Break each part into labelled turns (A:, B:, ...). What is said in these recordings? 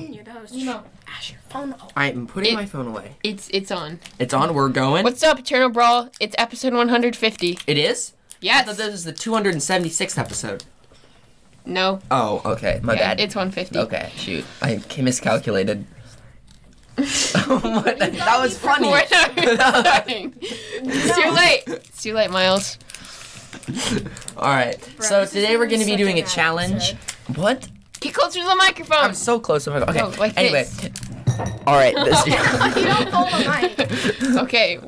A: Oh,
B: Nemo.
A: Ash, your phone. Oh,
C: All right, I'm putting
D: It-
C: my phone away.
D: It's it's on.
C: It's on. We're going.
D: What's up, Eternal Brawl? It's episode 150.
C: It is. I
D: Yes.
C: thought this was the 276th episode.
D: no.
C: Oh, okay. My
D: yeah,
C: bad.
D: it's 150.
C: okay. Shoot, I c- miscalculated. What the- that was funny.
D: We're not restarting. It's too late. It's too late, Miles.
C: All right.
A: Bro,
C: so
A: this is
C: today we're
A: gonna be
C: going to be
A: such
C: doing
A: a
C: a
A: bad
C: challenge. What?
D: Get closer to the microphone.
C: I'm so close. Oh my god. Okay.
D: No, like
C: anyway.
D: this.
C: All right.
A: you
C: This,
A: don't hold the mic.
D: okay.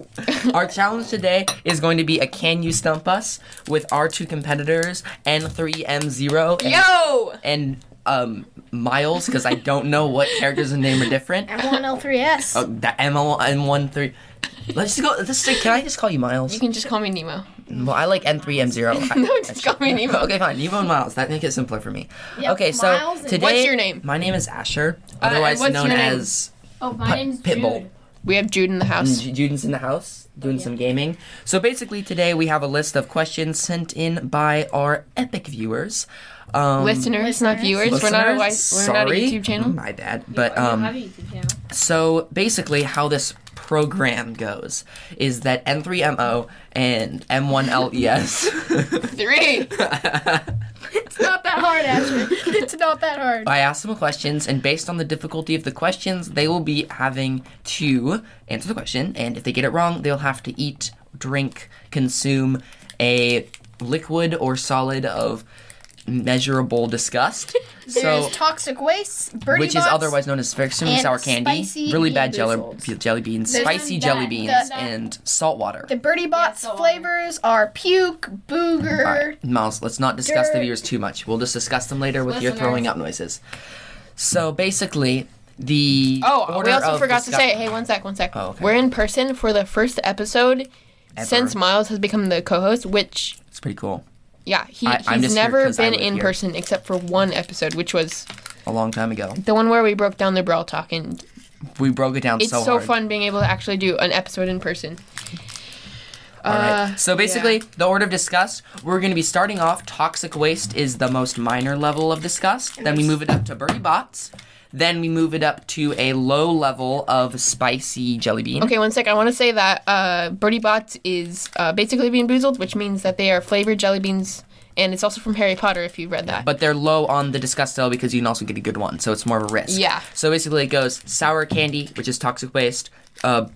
C: our challenge today is going to be a can you stump us with our two competitors N3M0 and,
D: Yo.
C: and um Miles because I don't know what characters and name are different.
A: M1L3S.
C: Oh, the MLN13. Let's just go. Let's say, can I just call you
D: You
C: Miles?
D: can just call me Nemo.
C: Well, I like N3M0. I-
D: No, just call me Nemo.
C: Okay, fine. Nemo and Miles. That makes it simpler for me.
A: Yep,
C: okay, so
A: Miles and-
C: today.
D: What's your name?
C: My name is Asher,
D: Uh, and
C: otherwise
D: what's
C: known
D: your name?
C: as
A: Oh,
C: Pu-
A: my name's
C: Pitbull.
A: Jude.
D: We have Jude in the house.
C: Mm, Juden's in the house doing
A: yeah.
C: some gaming. So basically, today we have a list of questions sent in by our epic viewers. Um,
D: listeners,
A: Listeners.
D: not
A: Mm.
D: viewers. We're not a wi- we're
C: listeners,
D: not a
C: sorry,
D: YouTube channel.
C: My bad. But
A: You
C: um,
A: have a YouTube channel.
C: So basically, how this program goes is that N3MO and E M1LES.
D: Three.
A: It's not that hard, Asher. It's not that hard.
C: I ask them questions, and based on the difficulty of the questions, they will be having to answer the question. And if they get it wrong, they'll have to eat, drink, consume a liquid or solid of measurable disgust.
A: There's
C: so.
A: toxic waste, Bernie
C: Which is
A: Bots,
C: otherwise known as extremely
A: and
C: sour candy,
A: spicy
C: really bad jello-
A: noodles.
C: jelly beans,
A: There's
C: spicy
A: that-
C: jelly
A: that-
C: beans,
A: that-
C: and salt water.
A: The Birdie Bots
B: Yeah, go on.
A: flavors are puke, booger.
C: All right, Miles, let's not discuss the
A: Dirt.
C: viewers too much. We'll just discuss them later with your
B: Listeners.
C: throwing up noises. So basically, the
D: Oh, we
C: order
D: also
C: of
D: forgot to
C: discuss-
D: say. Hey, one sec, one sec.
C: Oh, okay.
D: We're in person for the first episode
C: Ever.
D: since Miles has become the co-host, which
C: It's pretty cool.
D: Yeah, he,
C: I- I'm
D: he's
C: just here
D: never
C: 'cause I
D: been
C: live
D: in
C: here.
D: person except for one episode, which was
C: A long time ago,
D: the one where we broke down the brawl talk, and
C: we broke it down
D: it's so,
C: so, hard.
D: fun being able to actually do an episode in person.
C: All right.
D: Uh,
C: So basically, the order of disgust, we're going to be starting off toxic waste is the most minor level of disgust. Then we move it up to birdie bots. Then we move it up to a low level of spicy jelly bean.
D: Okay, one sec. I want to say that uh, Birdie Bots is uh, basically bean boozled, which means that they are flavored jelly beans, and it's also from Harry Potter if you read that.
C: but they're low on the disgust level because you can also get a good one, so it's more of a risk.
D: Yeah.
C: So basically, it goes sour candy, which is toxic waste, uh,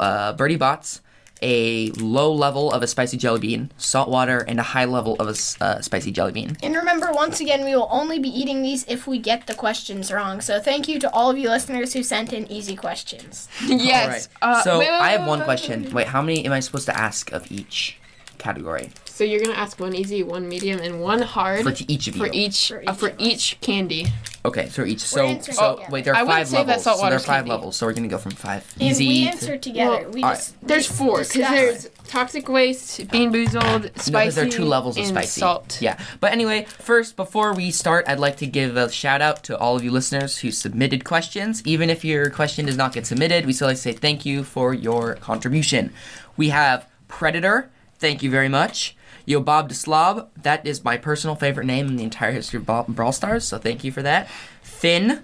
C: uh, birdie bots, a low level of a spicy jelly bean, salt water, and a high level of a s- uh, spicy jelly bean.
A: And remember, once again, we will only be eating these if we get the questions wrong. So thank you to all of you listeners who sent in easy questions.
D: yes.
C: All right.
D: uh,
C: so
D: wait, wait,
C: I have
D: wait,
C: one
D: wait,
C: question. Wait, how many am I supposed to ask of each category
D: wait. So you're gonna ask one easy, one medium, and one hard
C: for t- each of
D: for
C: you?
D: each
A: For
D: uh, for
A: each of
D: each candy.
C: Okay, for each. So,
A: answering
C: so
A: together.
C: wait, there are
D: I wouldn't
C: five
D: say that
C: levels.
D: salt
C: So there are
D: water's
C: five
D: candy.
C: levels. So we're gonna go from five.
A: And
C: Easy.
A: we
C: to-
A: answer together.
D: Well,
A: we
C: all
A: just
D: There's four because
A: discuss.
D: there's toxic waste, bean boozled, spicy,
C: No, because there are two levels of
D: and
C: spicy.
D: salt.
C: Yeah. But anyway, first, before we start, I'd like to give a shout out to all of you listeners who submitted questions. Even if your question does not get submitted, we still like to say thank you for your contribution. We have Predator. Thank you very much. Yo, Bob DeSlob. That is my personal favorite name in the entire history of Ba- Brawl Stars, so thank you for that. Finn,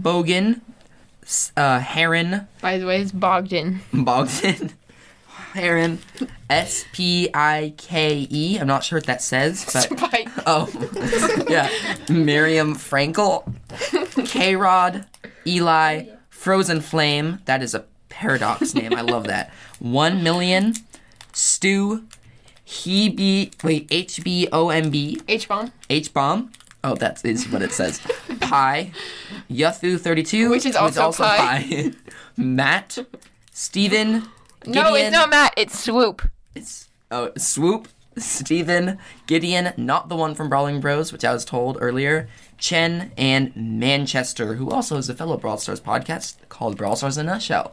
C: Bogan, S- uh, Heron,
D: By the way, it's Bogdan.
C: Bogdan. Heron. S P I K E. I'm not sure what that says, but.
D: Spike.
C: Oh. yeah. Miriam Frankel. K Rod. Eli. Frozen Flame. That is a paradox name. I love that. One million. Stu. He be. Wait. H B O M B.
D: H bomb,
C: H bomb. Oh, that is what it says. Pi, Yuthu32,
D: Which is also Pi.
C: Matt, Steven,
D: No,
C: Gideon-
D: it's not Matt. It's Swoop.
C: it's- oh, Swoop, Steven, Gideon, not the one from Brawling Bros, which I was told earlier, Chen, and Manchester, who also is a fellow Brawl Stars podcast called Brawl Stars in a Nutshell.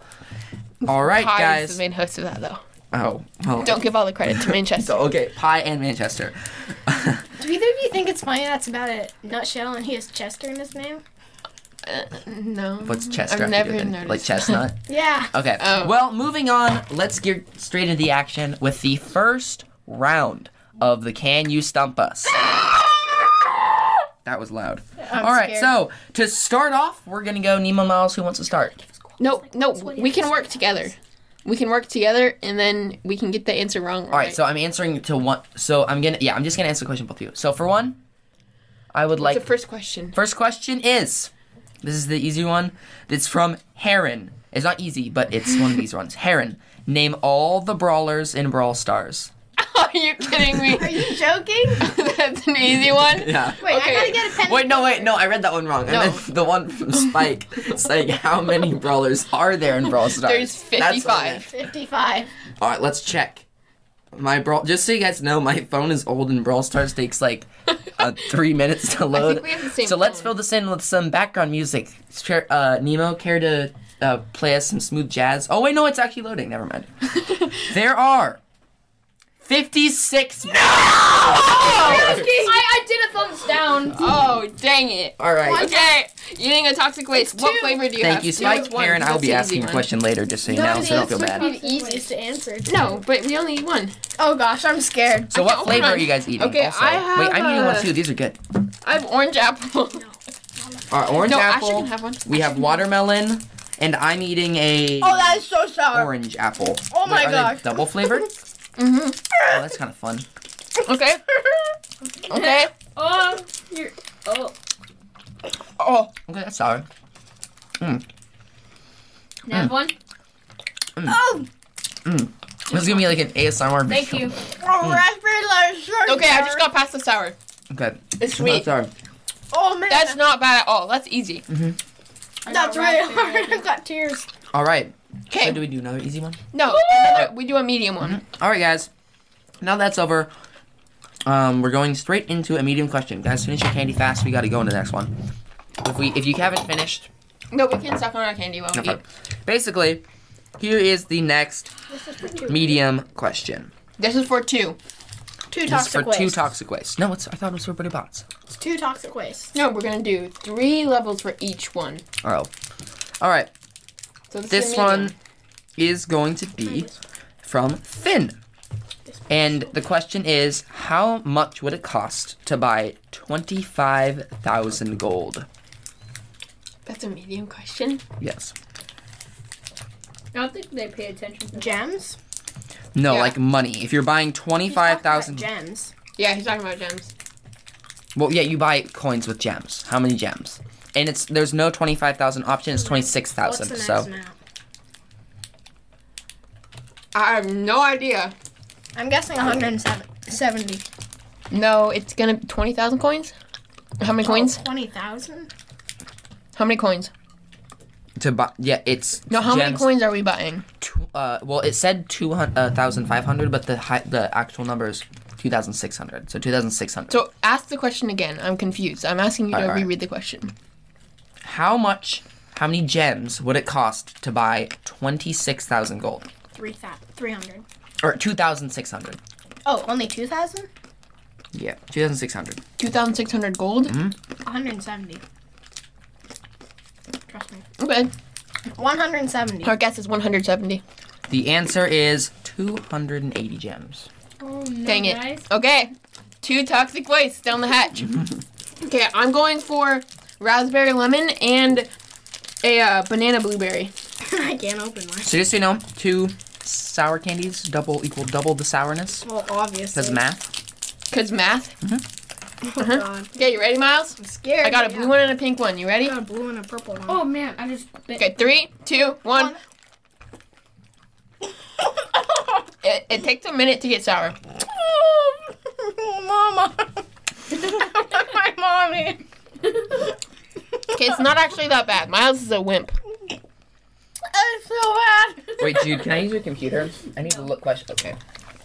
C: All right,
D: Pi is
C: guys.
D: the main host of that though.
C: Oh, well,
D: Don't give all the credit to Manchester.
C: so, okay, Pi and Manchester.
A: Do either of you think it's funny that's about a nutshell and he has Chester in his name?
D: no.
C: What's Chester?
D: I've
C: have to do
D: never
C: with it?
D: noticed.
C: Like chestnut.
A: Yeah.
C: Okay.
D: Oh.
C: Well, moving on, let's get straight into the action with the first round of the Can You Stump Us? that was loud.
A: I'm
C: All right,
A: scared.
C: so to start off, we're gonna go Nemo Miles. Who wants to start?
D: No, no,
A: that's what
D: we
A: it
D: can
A: is.
D: work together. We can work together, and then we can get the answer wrong.
C: All right, so I'm answering to one. So I'm gonna yeah, I'm just gonna answer the question both of you. So for one, I would like
D: the first question.
C: First question is this is the easy one. It's from Heron. It's not easy, but it's one of these ones. Heron, name all the brawlers in Brawl Stars.
D: Are you kidding me?
A: Are you joking?
D: That's an easy one.
C: Yeah.
A: Wait,
D: Okay.
A: I gotta get a pen.
C: Wait, no, wait, no, I read that one wrong.
D: No.
C: I meant the one from Spike saying how many brawlers are there in Brawl Stars.
D: There's
C: That's what I meant.
D: 55.
A: Fifty-five.
C: All right, let's check. My brawl. Just so you guys know, my phone is old, and Brawl Stars takes like uh, three minutes to load.
D: we have the same
C: so let's
D: phone.
C: fill this in with some background music. Chair- Uh, Nemo, care to uh, play us some smooth jazz? Oh wait, no, it's actually loading. Never mind. there are fifty-six.
B: I, I did a thumbs down.
D: Oh, dang it.
C: All right.
D: Okay, eating a toxic waste. What
A: two.
D: flavor do you have?
C: Thank you,
D: Two
C: Spike.
D: is one.
C: Karen, I'll
D: That's
C: be
D: an
C: asking
D: easy
C: a
D: one.
C: question later, just so you know, so don't feel
D: it's
C: bad.
D: like-
A: Be the easiest to answer.
D: No, but we only one.
A: Oh gosh, I'm scared.
C: So
D: Okay,
C: what
D: hold
C: flavor
D: on.
C: are you guys eating?
D: Okay,
C: also?
D: I have,
C: wait, I'm eating one
D: uh,
C: too. These are good.
D: I have orange apple.
C: All right, orange
D: no,
C: apple.
D: Ashley can have one.
C: We have watermelon, and I'm eating a
A: Oh, that is so sour.
C: orange apple.
A: Oh my
C: Wait, are they
A: gosh.
C: double flavored? oh,
D: hmm
C: that's kind of fun.
D: Okay. Okay.
B: Oh, you're. Oh.
D: Oh,
C: Okay, that's sour.
B: Can I have
C: Hmm.
B: one?
A: Oh,
C: This is gonna be like an ASMR.
B: Thank
C: video.
B: you.
A: oh raspberry lemon sugar.
D: Hmm. okay. I just got past the sour.
C: Okay,
D: It's
C: that's
D: sweet.
C: sour.
A: Oh man,
D: That's not bad at all. That's easy.
B: I got
A: that's really
B: raspberry.
A: hard. I've got tears.
C: All right.
D: Okay.
C: So do we do another easy one?
D: No, another, we do a medium one.
C: All right, guys. Now that's over. Um, we're going straight into a medium question, guys. Finish your candy fast. We gotta go into the next one. If we, if you haven't finished,
D: No, we can't suck on our candy while
C: no
D: we eat.
C: problem. Basically, here is the next medium question.
D: This is for two.
A: Two
C: This is for
A: toxic waste.
C: two toxic waste. No, it's I thought it was for buddy bots.
A: It's two toxic waste.
D: No, we're gonna do three levels for each one.
C: Oh. All right.
D: So this,
C: This
D: is a medium.
C: one is going to be from Finn. And the question is how much would it cost to buy 25,000 gold?
D: That's a medium question.
C: Yes.
B: I don't think they pay attention. To
A: Gems.
C: No,
D: Yeah.
C: like money. If you're buying
A: He's talking about
C: 25,000
A: gems.
D: Yeah, he's talking about gems.
C: Well, yeah, you buy coins with gems. How many gems? And it's there's no 25,000 option, it's
A: What's
C: 26,000.
A: the next
C: So,
A: amount?
D: I have no idea.
A: I'm guessing 170.
D: No, it's gonna be twenty thousand coins. How many coins?
A: Oh, 20,000?
D: How many coins?
C: to buy yeah, it's
D: No, how many
C: gems.
D: coins are we buying?
C: tw- uh, well, it said uh, 2,500, but the hi- the actual number is 2,600. So 2,600.
D: So ask the question again. I'm confused. I'm asking you to
C: Alright, alright.
D: reread the question.
C: how much, how many gems would it cost to buy 26,000 gold?
A: 300.
C: Or 2,600.
A: Oh, only 2,000?
C: Yeah, 2,600.
D: Two thousand six hundred gold.
A: 170. Trust me.
C: Mm-hmm.
D: Okay.
A: 170.
D: Our guess is one hundred seventy.
C: The answer is 280 gems.
B: Oh, no,
D: Dang it.
B: guys.
D: Okay. Two toxic wastes down the hatch.
C: Mm-hmm.
D: okay, I'm going for raspberry lemon and a uh, banana blueberry.
A: I can't open mine.
C: So just so you know, two sour candies double equal double the sourness.
A: Well, obviously.
C: Because math.
D: Cause math.
C: Mm-hmm.
D: Uh-huh.
A: Oh, God.
D: Okay, you ready, Miles?
A: I'm scared.
D: I got a
A: Yeah.
D: blue one and a pink one. You ready?
A: I got a blue and a purple one.
B: Oh man, I just. Bit.
D: Okay, three, two, one.
A: One.
D: It, it takes a minute to get sour.
A: Mama. My mommy.
D: Okay, it's not actually that bad. Miles is a wimp.
A: It's so bad.
C: Wait, Jude, can I use your computer? I need to look question. Okay.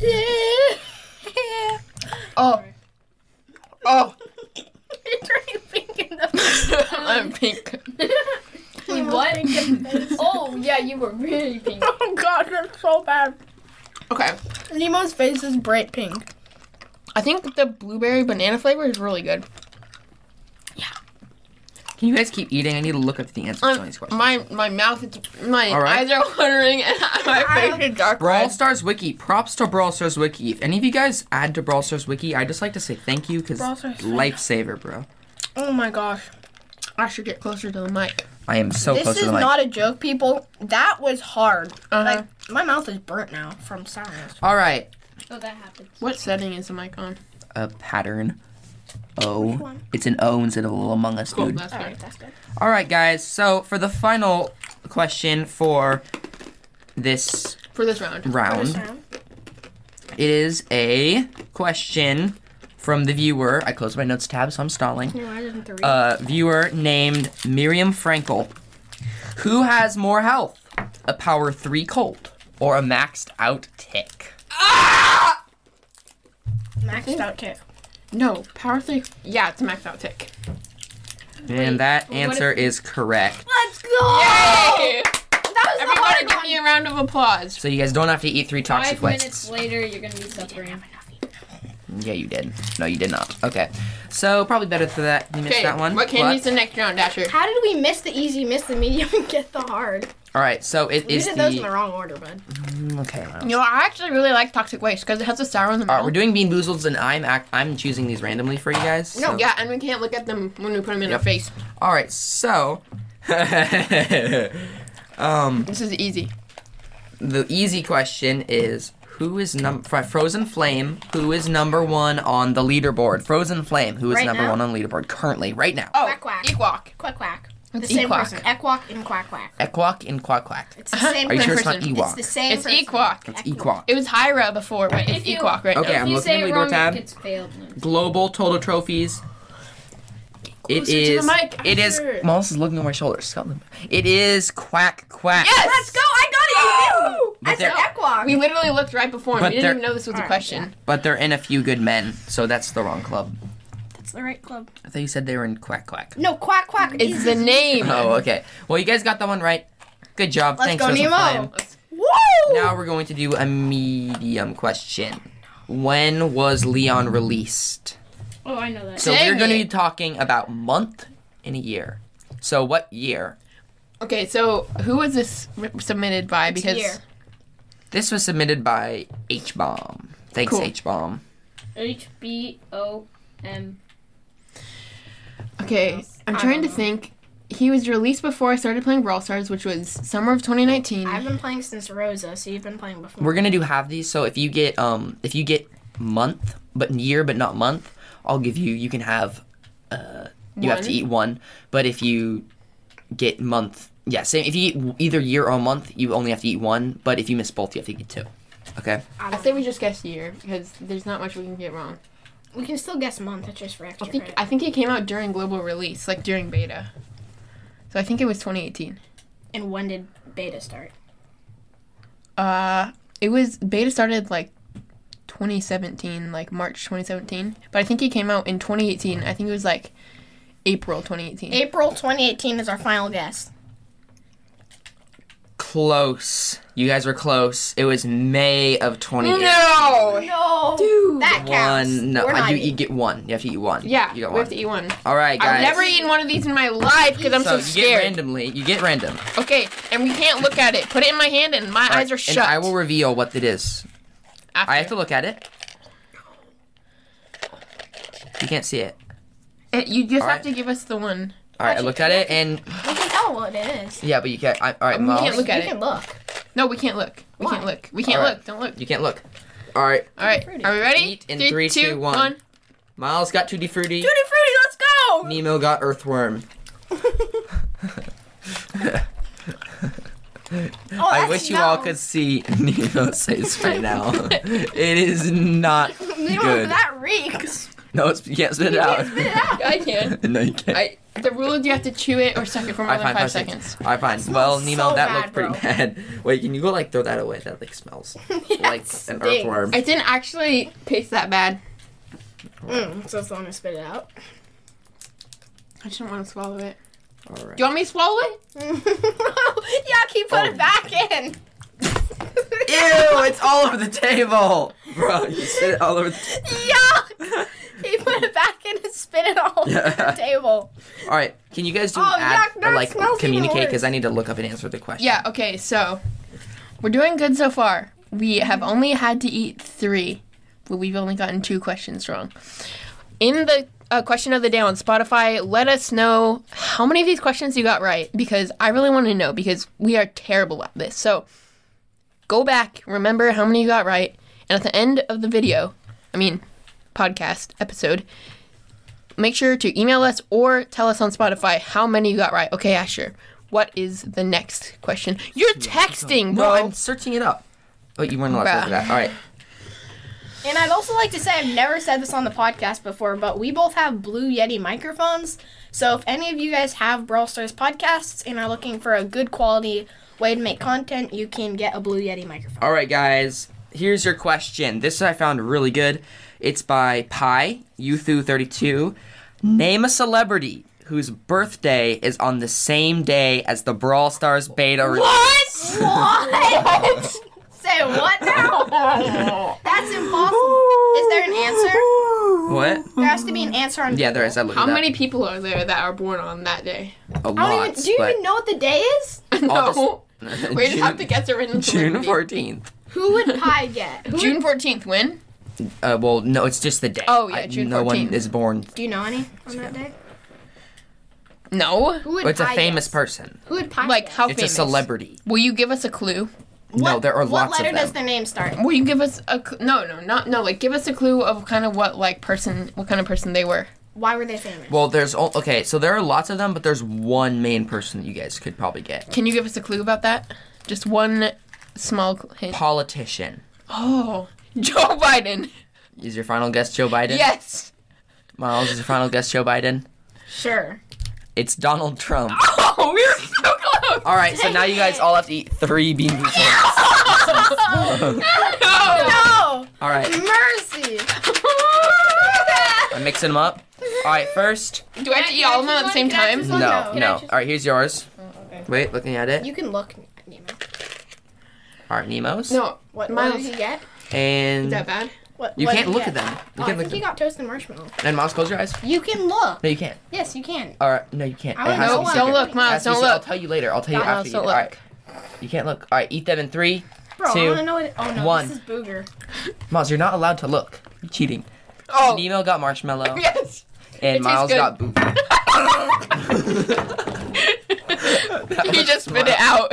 A: it
D: Oh. Oh.
A: turned pink in the
D: I'm pink.
B: Wait, what? oh yeah, you were really pink.
A: Oh god, that's so bad.
D: Okay.
A: Nemo's face is bright pink.
D: I think the blueberry banana flavor is really good.
C: Can you guys keep eating? I need to look up the answer to some of
D: Um,
C: these questions.
D: my my mouth is my
C: All right.
D: eyes are watering and my face is dark
C: Brawl
D: red.
C: Stars Wiki. Props to Brawl Stars Wiki. If any of you guys add to Brawl Stars Wiki, I just like to say thank you because
A: Brawl Stars.
C: lifesaver, bro.
A: Oh my gosh.
D: I should get closer to the mic.
C: I am so
A: this
C: close to
A: is
C: the mic.
A: not a joke, people. That was hard.
D: Uh-huh.
A: Like my mouth is burnt now from sourness.
C: All right,
B: Oh, that happens.
D: What setting is the mic on?
C: a pattern. O.
A: one?
C: It's an O instead of a little Among Us,
D: Cool.
C: dude.
D: That's
A: All
D: good.
A: right, that's good.
C: All right, guys. So for the final question for this
D: For this round.
A: First
C: round,
A: round.
C: it is a question from the viewer. I closed my notes tab, so I'm stalling.
A: No, I didn't read.
C: a viewer named Miriam Frankel. Who has more health, a power three cold or a maxed out tick?
A: Maxed out tick.
D: No, power three. Yeah, it's maxed out tick.
C: and that
B: what
C: answer is correct.
A: Let's go.
D: Yay! Everybody, give me a round of applause.
C: So you guys don't have to eat three toxic
B: Five minutes
C: wastes.
B: later, you're gonna be suffering.
C: Yeah, you did. No, you did not. Okay. So probably better for that. You missed
D: Okay,
C: that one.
D: what candy's the next round, Dasher?
A: How did we miss the easy, miss the medium, and get the hard?
C: All right. So it
A: We
C: is
A: did
C: the.
A: those in the wrong order, bud.
C: Mm, okay. well.
D: You know, I actually really like Toxic Waste because it has a sour in the
C: All right,
D: middle.
C: we're doing Bean Boozles, and I'm act- I'm choosing these randomly for you guys.
D: no,
C: so-
D: yeah, and we can't look at them when we put them in
C: Yep.
D: our face.
C: All right. So. um.
D: This is easy.
C: the easy question is who is number Frozen Flame? Who is number one on the leaderboard? Frozen Flame. Who is
A: Right
C: number
A: now?
C: one on the leaderboard currently? Right now.
D: Oh,
A: Quack, quack.
D: Equawk.
A: Quack quack. The
D: It's
A: same
D: Equawk.
A: person. Equawk and quack quack.
C: Equok and Quack Quack.
A: It's the
D: Uh-huh.
A: same
C: Are you
A: person.
C: sure it's not
A: It's the
C: Ewok?
A: same
D: It's
A: person.
D: Equawk.
C: It's Equok.
D: It was Hyra before, but it's
B: If you-
D: Equawk right
C: Okay,
D: now.
B: if
C: I'm
B: you
C: looking at
B: say
C: my
B: it
C: door
B: wrong,
C: tab.
B: it gets failed.
C: Global total trophies. It
D: Closer to the
C: is.
D: mic,
C: It is.
D: Arthur.
C: Moss is looking over my shoulder. Scotland. It is Quack Quack.
D: Yes!
A: Let's go! I
C: But
A: got it. You knew. I
C: they're-
A: said Equawk.
D: We literally looked right before him.
C: But
D: we didn't
C: they're-
D: even know this was a
A: Alright,
D: question.
C: But they're in a few good men, so that's the wrong club.
A: That's the right club.
C: I thought you said they were in Quack Quack.
A: No, quack quack.
D: It's the name.
C: Oh, okay. Well, you guys got that one right. Good job.
A: Let's
C: Thanks,
A: go,
C: Frozen
A: Nemo.
C: Flame.
A: Whoa!
C: Now we're going to do a medium question. When was Leon released?
B: Oh, I know that.
C: So we're
D: Dang
C: going to be
D: it.
C: talking about month and a year. So what year?
D: Okay, so who was this re- submitted by?
A: It's
D: Because
A: year.
C: This was submitted by H Bomb. Thanks
D: Cool.
C: H Bomb.
B: H B O M.
D: okay, I'm
B: I
D: trying to
B: don't know.
D: think. He was released before I started playing Brawl Stars, which was summer of 2019.
A: I've been playing since Rosa, so you've been playing before.
C: We're going to do half these. So if you get um if you get month but year but not month, I'll give you you can have uh you have to
D: One.
C: eat one. But if you get month, yeah, same if you eat either year or month, you only have to eat one, but if you miss both, you have to eat two. Okay?
A: I
D: I
A: don't
D: say we just guessed year because there's not much we can get wrong.
A: know. we can still guess month. That's just for
D: I
A: extra
D: think
A: credit.
D: I think it came out during global release, like during beta. So I think it was 2018.
A: And when did beta start?
D: Uh, it was beta started like 2017, like March 2017. But I think it came out in 2018. I think it was like April 2018.
A: April 2018 is our final guess.
C: Close. You guys were close. It was May of 2018.
A: No,
D: Dude.
A: that counts.
C: One. No,
A: We're
C: I
A: not
C: do.
A: even-
C: You get one. You have to eat one.
D: Yeah,
C: You got
D: we have
C: one.
D: to eat one.
C: All right, guys.
D: I've never eaten one of these in my life because I'm so,
C: you get
D: scared.
C: randomly. You get random. All
D: Okay, and we can't look at it. Put it in my hand, and my
C: right,
D: eyes are shut.
C: And I will reveal what it is.
D: after.
C: I have to look at it. You can't see it.
D: Eh, You just
C: All
D: have
C: right.
D: to give us the one.
C: All right, I looked at it, and
A: We can tell what it is.
C: yeah, but you can't. I, all right,
D: We
C: Miles,
D: can't look at
A: Um, you
D: it.
A: can look.
D: No, we can't look. We
A: Why?
D: can't look. We can't
C: All right.
D: look. Don't look.
C: You can't look. All right,
D: All right,
A: Fruity.
D: are we ready?
C: Eat in three, two, one. Miles got tutti frutti.
A: Tutti frutti, let's go.
C: Nemo got earthworm.
A: Oh,
C: I
A: that's
C: wish you all
A: no.
C: could see Nemo's face right now. it is not
A: Nemo,
C: good.
A: that reeks.
C: No, it's, you can't spit it out.
A: Spit it out.
D: I can.
C: no, you can't.
D: I. The rule is you have to chew it or suck it for more
C: I
D: than
C: find
D: five,
C: five
D: seconds.
C: seconds. I find. Well,
A: smells
C: Nemo,
A: so
C: that
A: bad,
C: looked pretty
A: bro.
C: bad. Wait, can you go like throw that away? That like smells like
A: Yes,
C: an
A: dang.
C: earthworm.
D: It didn't actually taste that bad.
A: Mm, so it's the one to spit it out.
D: I just don't want to swallow it.
C: All right.
D: Do you want me to swallow it?
A: yeah, keep putting
C: Oh.
A: it back in.
C: Ew! It's all over the table, bro. You spit it all over. The
A: Yuck! he put it back in and spit it all over
C: Yeah.
A: the table.
C: all right. Can you guys do
A: Oh,
C: an ad
A: yuck,
C: or
A: that
C: like
A: smells even
C: communicate? Because
A: worse.
C: I need to look up and answer the question.
D: Yeah. Okay. So, we're doing good so far. We have only had to eat three, but we've only gotten two questions wrong. In the a question of the day on Spotify. Let us know how many of these questions you got right because I really want to know because we are terrible at this. So go back, remember how many you got right, and at the end of the video, I mean, podcast episode, make sure to email us or tell us on Spotify how many you got right. Okay, Asher, what is the next question? You're
C: No,
D: texting, bro.
C: I'm searching it up. But you weren't allowed to
D: Bruh.
C: look at that. All right.
A: And I'd also like to say I've never said this on the podcast before, but we both have Blue Yeti microphones. So if any of you guys have Brawl Stars podcasts and are looking for a good quality way to make content, you can get a Blue Yeti microphone.
C: All right, guys. Here's your question. This I found really good. It's by Pi Yuthu32. Name a celebrity whose birthday is on the same day as the Brawl Stars beta release.
A: What? Say what now? That's impossible. Is there an answer?
C: What?
A: There has to be an answer on.
C: Yeah, there is. I looked
D: how
C: it up.
D: many people are there that are born on that day?
C: A lot.
A: I don't even. Do you
C: but
A: even know what the day is?
D: no.
C: August-
D: We just have to
C: June-
D: guess a random
C: June
D: celebrity.
C: fourteenth.
A: Who would Pi get? Who would-
D: June 14th, when?
C: Uh, well, no, it's just the day.
D: Oh, yeah,
C: I-
D: June
C: No one
D: 14th.
C: is born.
A: do you know any on that day?
D: No.
A: Who would
C: But it's a
A: Pi
C: famous
A: guess?
C: person.
A: Who would Pi
D: Like,
A: guess?
D: how
C: It's
D: famous?
C: a celebrity.
D: Will you give us a clue?
C: no,
A: What-
C: there are
A: what
C: lots of
A: letter
C: them.
A: does their name start?
D: Will you give us a cl- no, no, not no. Like, give us a clue of kind of what like person, what kind of person they were.
A: Why were they famous?
C: Well, there's o- okay, so there are lots of them, but there's one main person that you guys could probably get.
D: Can you give us a clue about that? Just one small cl- hint.
C: Politician.
D: Oh, Joe Biden.
C: Is your final guess Joe Biden?
D: Yes.
C: Miles, is your final guess Joe Biden?
A: sure.
C: It's Donald Trump.
D: Oh, we were so close.
C: All right, so now you guys all have to eat three beans.
A: No!
C: All right,
A: Mercy!
C: I'm mixing them up. All right, first.
D: Do I have to eat all of them at the same time?
A: Oh, no.
C: No,
A: Can I
C: no. All
A: just-
C: right, here's yours.
A: okay.
C: Wait, looking at it.
A: You can look, Nemo.
C: All right, Nemo's.
D: No.
A: What, what did
D: Miles?
A: he get?
D: Is
C: And
D: that bad?
A: What,
C: you
A: what
C: can't
A: did he
C: look
A: get?
C: at them. You
A: Oh, I
C: can't look
A: think
C: at
A: he
C: them.
A: got toasted marshmallow.
C: And Miles, close your eyes.
A: You can look.
C: No, you can't.
A: Yes, you can.
C: All right, no, you can't.
A: I
C: It
A: don't
C: has to
A: know
C: be
A: why.
D: No, don't
C: secret.
D: look, Miles.
C: Has to be
D: Don't
C: secret. I'll
D: look.
C: tell you later. I'll tell you
D: Miles,
C: after. you.
D: don't
C: All
D: look.
C: right, you can't look. All right, eat them in three,
A: Bro, I
C: two,
A: wanna know what. Oh no,
C: one.
A: this is booger.
C: Miles, you're not allowed to look. You're cheating.
D: Oh.
C: Nemo got marshmallow,
D: Yes.
C: and
D: tastes
C: Miles
D: good.
C: got boo.
D: He just spit it out.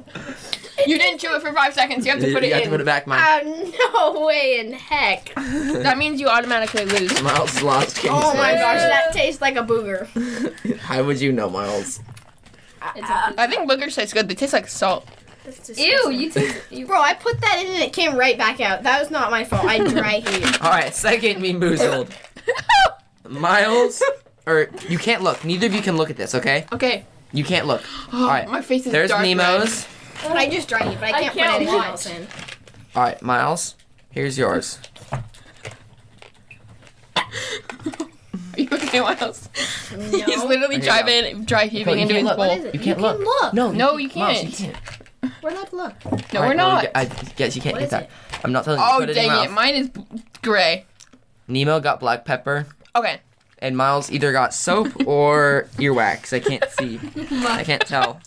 D: You didn't chew it for five seconds. You have to put
C: you
D: it
C: have to
D: in.
C: put it back, Miles.
A: Oh, no way in heck.
D: That means you automatically lose.
C: Miles lost. Can you
A: Oh my
C: say?
A: gosh, that tastes like a booger.
C: How would you know, Miles?
B: It's a-
D: I think boogers taste good. They taste like salt.
A: That's
B: Ew,
A: disgusting.
B: you taste. You,
A: Bro, I put that in and it came right back out. That was not my fault. I dry heat.
C: All right, second me moozled. Miles, or you can't look. Neither of you can look at this, okay?
D: Okay.
C: You can't look. All right,
D: My face is
C: there's
D: dark
C: Nemo's.
A: But I just dry heat, but I
B: I
A: can't,
B: can't
A: put anything
B: watch.
A: else in.
C: All right, Miles, here's yours.
D: red. Are you okay, Miles?
A: No.
D: He's literally
C: Okay,
D: driving, dry heaving
C: you
D: into
C: can't
D: his
C: look.
D: bowl.
A: What is it?
C: You can't
A: you
C: look.
A: Can look.
C: No,
D: No, you
C: Miles,
D: can't.
C: you can't.
A: We're not look.
D: No,
C: All right, well,
D: we're not.
C: I guess you can't
A: What
C: get
A: is
C: that.
A: it?
C: I'm not telling you. to
D: oh
C: put it in your
D: dang it!
C: mouth.
D: Mine is gray.
C: Nemo got black pepper,
D: Okay.
C: and Miles either got soap or earwax. I can't see. I can't tell.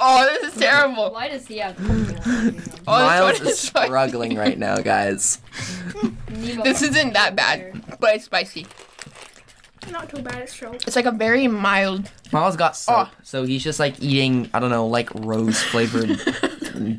D: Oh, this is terrible.
B: why does he have? Nemo.
D: Oh,
C: Miles
D: this one
C: is
D: is spicy.
C: struggling right now, guys.
D: This isn't that bad, but it's spicy.
A: Not too bad. It's true.
D: It's like a very mild.
C: Miles got soap, so he's just like eating, I don't know, like rose flavored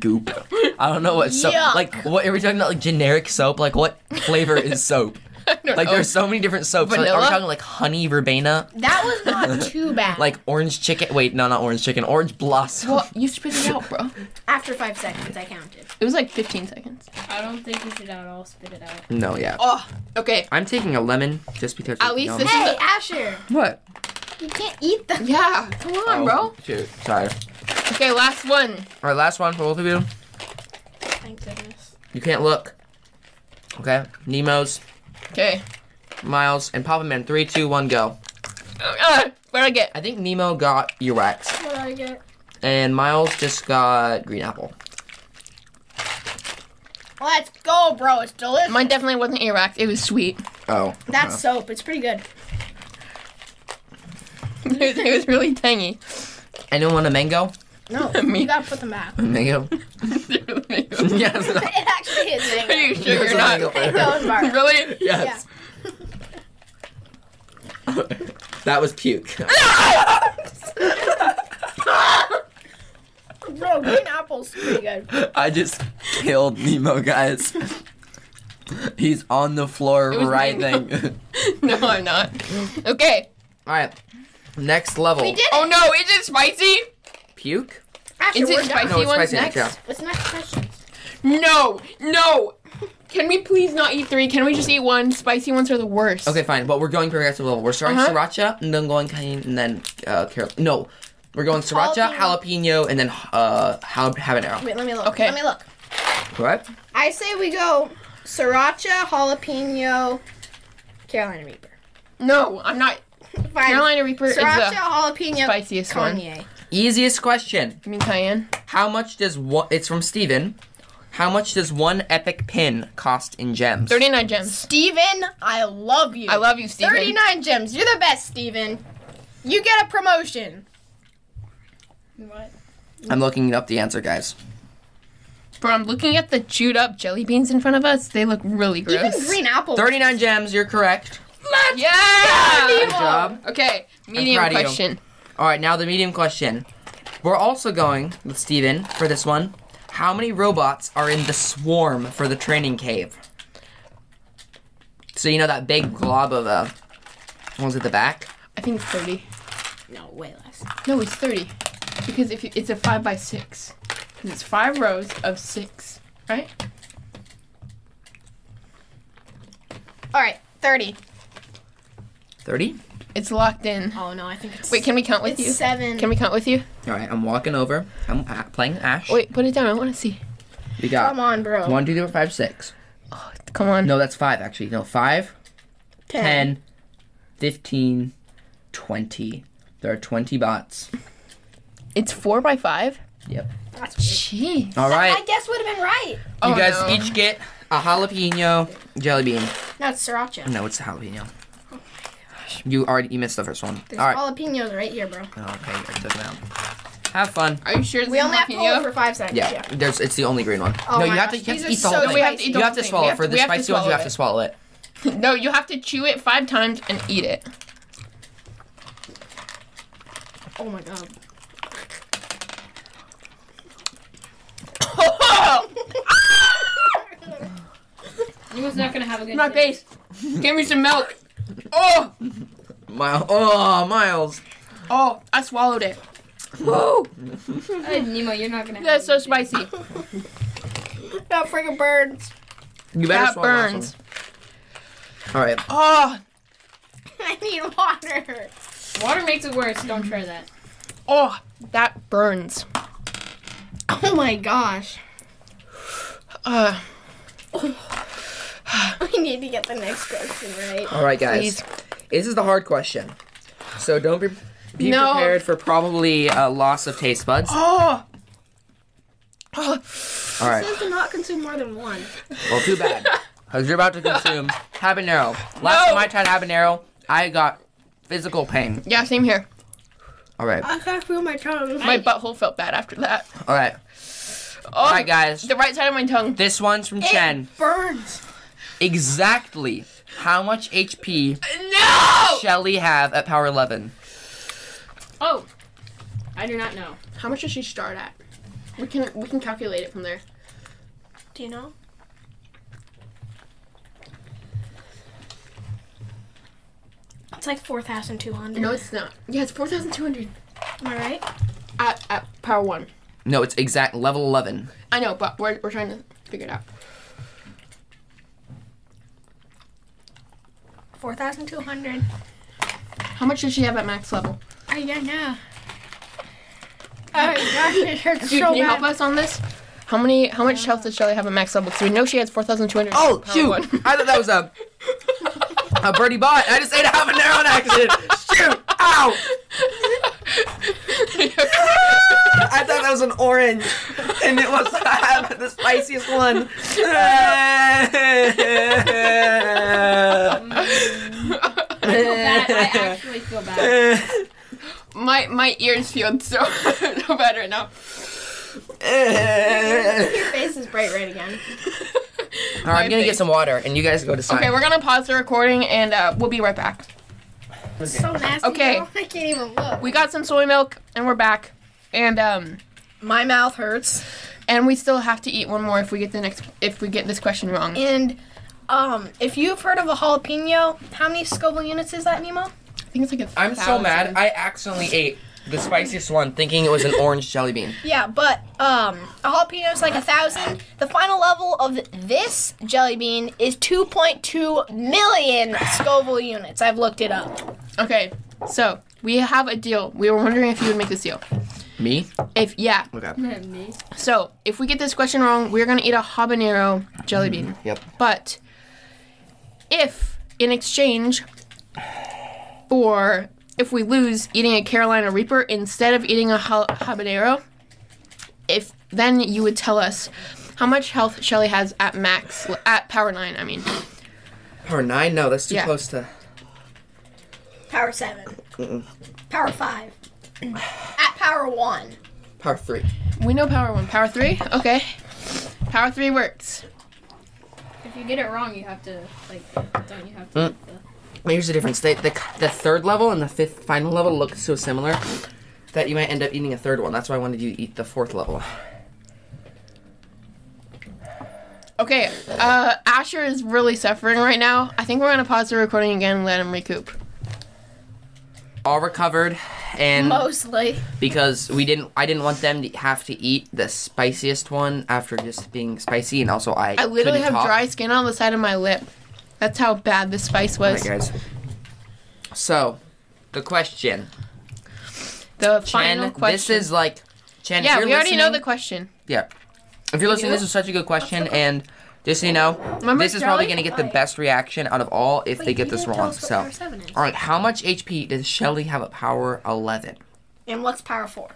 C: goop. I don't know what soap.
A: Yuck.
C: Like, what are we talking about? Like generic soap? Like, what flavor is soap?
D: I don't
C: Like,
D: know.
C: there's so many different soaps. Like, are we
D: Vanilla?
C: talking like honey verbena?
A: That was not too bad.
C: Like orange chicken? Wait, no, not orange chicken. Orange blossom.
D: Well, you spit it out, bro.
A: after five seconds, I counted.
D: It was like 15 seconds.
B: I don't think he's it out. I'll spit it out.
C: No, yeah.
D: Oh, okay.
C: I'm taking a lemon just because.
D: At
C: it's
D: least
C: yum.
D: this-
A: Hey, Asher,
C: What?
A: you can't eat them.
D: Yeah, come on,
C: Oh,
D: bro.
C: Shoot. Sorry.
D: Okay, last one.
C: All right, last one for both of you.
A: Thank goodness.
C: You can't look. Okay. Nemo's,
D: Okay.
C: Miles, and Papa Man. Three, two, one, go.
D: Uh, what'd I get?
C: I think Nemo got earwax,
A: What did I get?
C: and Miles just got green apple.
A: Let's go, bro. It's delicious.
D: Mine definitely wasn't earwax. It was sweet.
C: Oh.
A: That's soap. It's pretty good.
D: it, was, it was really tangy.
C: Anyone want a mango?
A: No,
D: Me.
A: you gotta put them back.
C: Mango.
D: yes.
C: yes.
A: it actually is.
D: Are you
A: It
D: sure
C: There's a
D: you're not?
C: mango flavor.
A: goes bar.
D: Really?
C: Yes. that was puke.
A: Bro, green apple's pretty good.
C: I just killed Nemo, guys. He's on the floor
D: was
C: writhing.
D: no, I'm not. Okay.
C: All right, next level.
A: We did
D: Oh no, is it spicy?
C: puke.
A: Actually,
D: Is
A: we're done.
D: it spicy
C: No, it's
D: one's
C: spicy,
D: next?
C: yeah.
A: What's the next question?
D: No, no. Can we please not eat three? Can we just eat one? Spicy ones are the worst.
C: Okay, fine. But we're going progressive level. We're starting
D: Uh-huh.
C: sriracha, and then going cayenne, and then uh, carol. No, we're going sriracha, jalapeno, and then uh, jal- habanero.
A: Wait, let me look.
D: Okay.
A: Let me look.
C: Correct.
A: I say we go sriracha, jalapeno, Carolina Reaper.
D: No, I'm not.
A: Fine.
D: Carolina Reaper
A: sriracha,
D: is the
A: jalapeno,
D: spiciest one.
A: Kanye.
C: Easiest question.
D: You mean cayenne?
C: How much does one? It's from Steven. How much does one epic pin cost in gems?
D: 39 gems.
A: Steven, I love you.
D: I love you, Steven.
A: 39 gems. You're the best, Steven. You get a promotion.
B: What?
C: I'm looking up the answer, guys.
D: Bro, I'm looking at the chewed up jelly beans in front of us. They look really gross.
A: Even green apple.
C: 39 gems. You're correct.
D: Let's
A: go,
D: yeah!
A: Nemo!
C: Good job.
D: Okay, medium
C: proud of you.
D: question.
C: All right, now the medium question. We're also going with Steven for this one. How many robots are in the swarm for the training cave? So you know that big glob of uh, ones at the back.
D: I think it's 30.
A: No, way less.
D: No, it's 30. Because if you, it's a 5 by 6. Because it's 5 rows of 6, right?
A: All right, 30.
C: Thirty.
D: It's locked in.
A: Oh, no, I think it's.
D: Wait, can we count with
A: it's
D: you?
A: seven.
D: Can we count with you?
C: All right, I'm walking over. I'm a- playing Ash.
D: Wait, put it down. I want to see.
C: We got
A: Come on, bro.
C: one, two, three, four, five, six.
D: Oh, Come on.
C: No, that's five actually. No, five,
A: Ten.
C: ten, fifteen, twenty. There are twenty bots.
D: It's 4 by 5?
C: Yep.
A: That's weird.
D: Jeez.
C: All right,
A: I guess would have been right.
D: Oh,
C: you guys
D: no.
C: each get a jalapeno jelly bean.
A: No, it's sriracha.
C: No, it's the jalapeno. You already you missed the first one.
A: There's
C: All right.
A: jalapenos right here, bro.
C: Oh, okay, I took it out. Have fun.
D: Are you sure this
A: We
D: is
A: only have to
D: jalapeno?
A: hold for five seconds.
C: Yeah, there's it's the only green one.
A: Oh
C: no,
A: my
C: you have to,
A: gosh,
C: you have to
A: these
C: eat
A: are
C: the whole
A: so
C: thing.
A: We
D: have to eat the
C: you have
D: whole
C: to
D: thing.
C: swallow
D: We
C: it.
D: have
C: for
D: to-
C: the
D: we have to
C: spicy ones. You
D: swallow
C: have to
D: it.
C: swallow it.
D: No, you have to chew it five times and eat it.
A: Oh my god.
B: Nima's not gonna have a good
D: My
B: day.
D: face. Give me some milk. Oh,
C: Miles. Oh, Miles.
D: oh, I swallowed it. Woo!
B: Uh, Nemo, you're not gonna have
D: That's
B: a
D: so
B: good day.
D: spicy.
A: That freaking birds.
C: You better
D: That
C: swallow the last
D: burns.
C: one. All right.
D: Oh,
A: I need water.
B: Water makes it worse. Don't try that.
D: oh, that burns.
A: Oh my gosh.
D: Uh,
A: We need to get the next question right.
C: All right, guys.
D: Please.
C: This is the hard question. So don't be, be
D: No.
C: prepared for probably a loss of taste buds.
D: oh. Oh,
C: All right.
A: Says to not consume more than one.
C: Well, too bad. Because you're about to consume habanero. Last time I tried habanero, I got physical pain.
D: yeah, same here.
C: All right.
A: I can't feel my tongue.
D: My butthole felt bad after that.
C: All right.
D: Oh,
C: All right, guys.
D: the right side of my tongue.
C: This one's from Chen.
A: burns.
C: Exactly how much HP
D: No!
C: Shelly have at power 11?
B: Oh, I do not know.
D: How much does she start at? We can we can calculate it from there.
A: Do you know? It's like 4,200.
D: No, it's not. Yeah, it's four thousand two hundred
A: Am I right?
D: at at power one.
C: No, it's exact level 11.
D: I know, but we're we're trying to figure it out.
A: 4,200.
D: How much does she have at max level?
A: I don't know. Oh my gosh, it hurts
D: Dude,
A: so
D: can you
A: bad.
D: help us on this? How many? How much health does Shelly have at max level? Because we know she has four thousand two hundred.
C: Oh, shoot. I thought that was a, a birdie bot. I just ate a habanero on accident. Shoot. Ow. I thought that was an orange, and it was the spiciest one.
B: I feel bad. I actually feel bad.
D: my my ears feel so so bad right now.
A: Your face is bright red again.
C: All right, I'm gonna get some water, and you guys go decide.
D: Okay, we're gonna pause the recording and uh, we'll be right back.
A: It's so nasty.
D: Okay.
A: now, I can't even look.
D: We got some soy milk and we're back. And um
A: My mouth hurts.
D: and we still have to eat one more if we get the next if we get this question wrong. I
A: And um, if you've heard of a jalapeno, how many Scoville units is that, Nemo?
D: think it's like a
C: I'm so
D: thousand.
C: mad. I accidentally ate the spiciest one, thinking it was an orange jelly bean.
A: Yeah, but um, a jalapeno is like a thousand. The final level of this jelly bean is 2.2 million Scoville units. I've looked it up.
D: Okay. So, we have a deal. We were wondering if you would make this deal.
C: Me?
D: If yeah.
C: Okay.
B: Me.
D: So, if we get this question wrong, we're going to eat a habanero jelly bean.
C: Yep.
D: But if in exchange for if we lose eating a Carolina Reaper instead of eating a ha- habanero, if then you would tell us how much health Shelly has at max at power 9, I mean.
C: Power nine? No, that's too
D: Yeah.
C: close to.
A: Power 7. Power 5. At power 1.
C: Power three.
D: We know power 1, power 3. Okay. Power 3 works.
B: If you get it wrong, you have to like. Don't you have to?
D: Mm.
B: eat the-
C: Here's the difference. They, the, the third level and the fifth final level look so similar that you might end up eating a third one. That's why I wanted you to eat the fourth level.
D: Okay. Uh Asher is really suffering right now. I think we're going to pause the recording again and let him recoup.
C: All recovered, and
A: Mostly.
C: because we didn't, I didn't want them to have to eat the spiciest one after just being spicy, and also I.
D: I literally
C: couldn't
D: have
C: talk.
D: dry skin on the side of my lip. That's how bad the spice
C: All right,
D: was.
C: guys. So, the question.
D: the
C: Chen,
D: final question.
C: this is like Chen.
D: yeah,
C: if you're
D: we already know the
C: listening-
D: question.
C: Yeah. If you're listening, this is such a good question, and just so you know,
D: Remember
C: this is probably
D: Charlie?
C: gonna get the best reaction out of all if they get this wrong. So, all right, how much HP does Shelly have at power 11?
A: And what's power 4?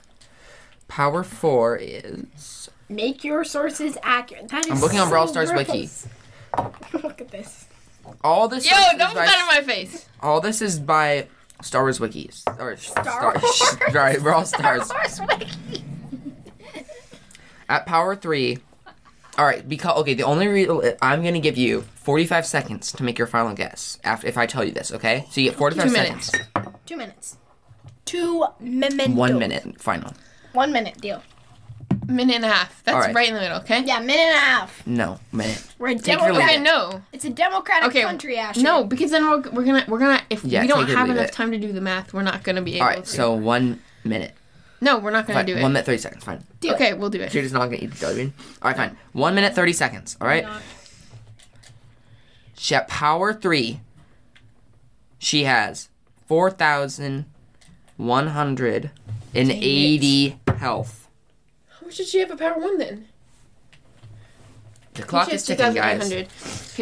C: Power four is.
A: Make your sources accurate. That is
C: I'm looking on Brawl
A: so
C: Stars Wiki.
A: gross. Look at this.
C: All this.
D: Yo,
C: is
D: don't put
C: by-
D: that in my face.
C: All this is by Star Wars Wiki or Star.
A: Wars?
C: Sorry, Brawl Stars.
A: Source Wiki.
C: At power three. All right, because okay, the only real I'm gonna give you 45 seconds to make your final guess after if I tell you this, okay? So you get 45
D: Two
C: seconds.
D: minutes.
A: Two minutes. Two minutes.
C: One minute final.
A: One minute deal.
D: Minute and a half. That's
C: Alright.
D: right. in the middle, okay?
A: Yeah, minute and a half.
C: No minute.
A: We're a
C: Take your
A: democratic.
D: Okay, no.
A: It's a democratic
D: Okay,
A: country, Ashley.
D: No, because then we're, we're gonna we're gonna if
C: Yeah,
D: we don't
C: take it or
D: have
C: leave
D: enough
C: it.
D: time to do the math, we're not gonna be able
C: All
D: to.
C: right, so one minute.
D: no, we're not gonna
C: Fine,
D: do it.
C: one minute 30 seconds. Fine.
A: Do it.
D: okay, we'll do it.
C: You're just not gonna eat the jelly bean. All right, fine. One minute 30 seconds. All right.
B: Not-
C: She at power three. She has 4,180 health.
D: How much did she have a power one then?
C: The clock is ticking, guys.
D: Okay,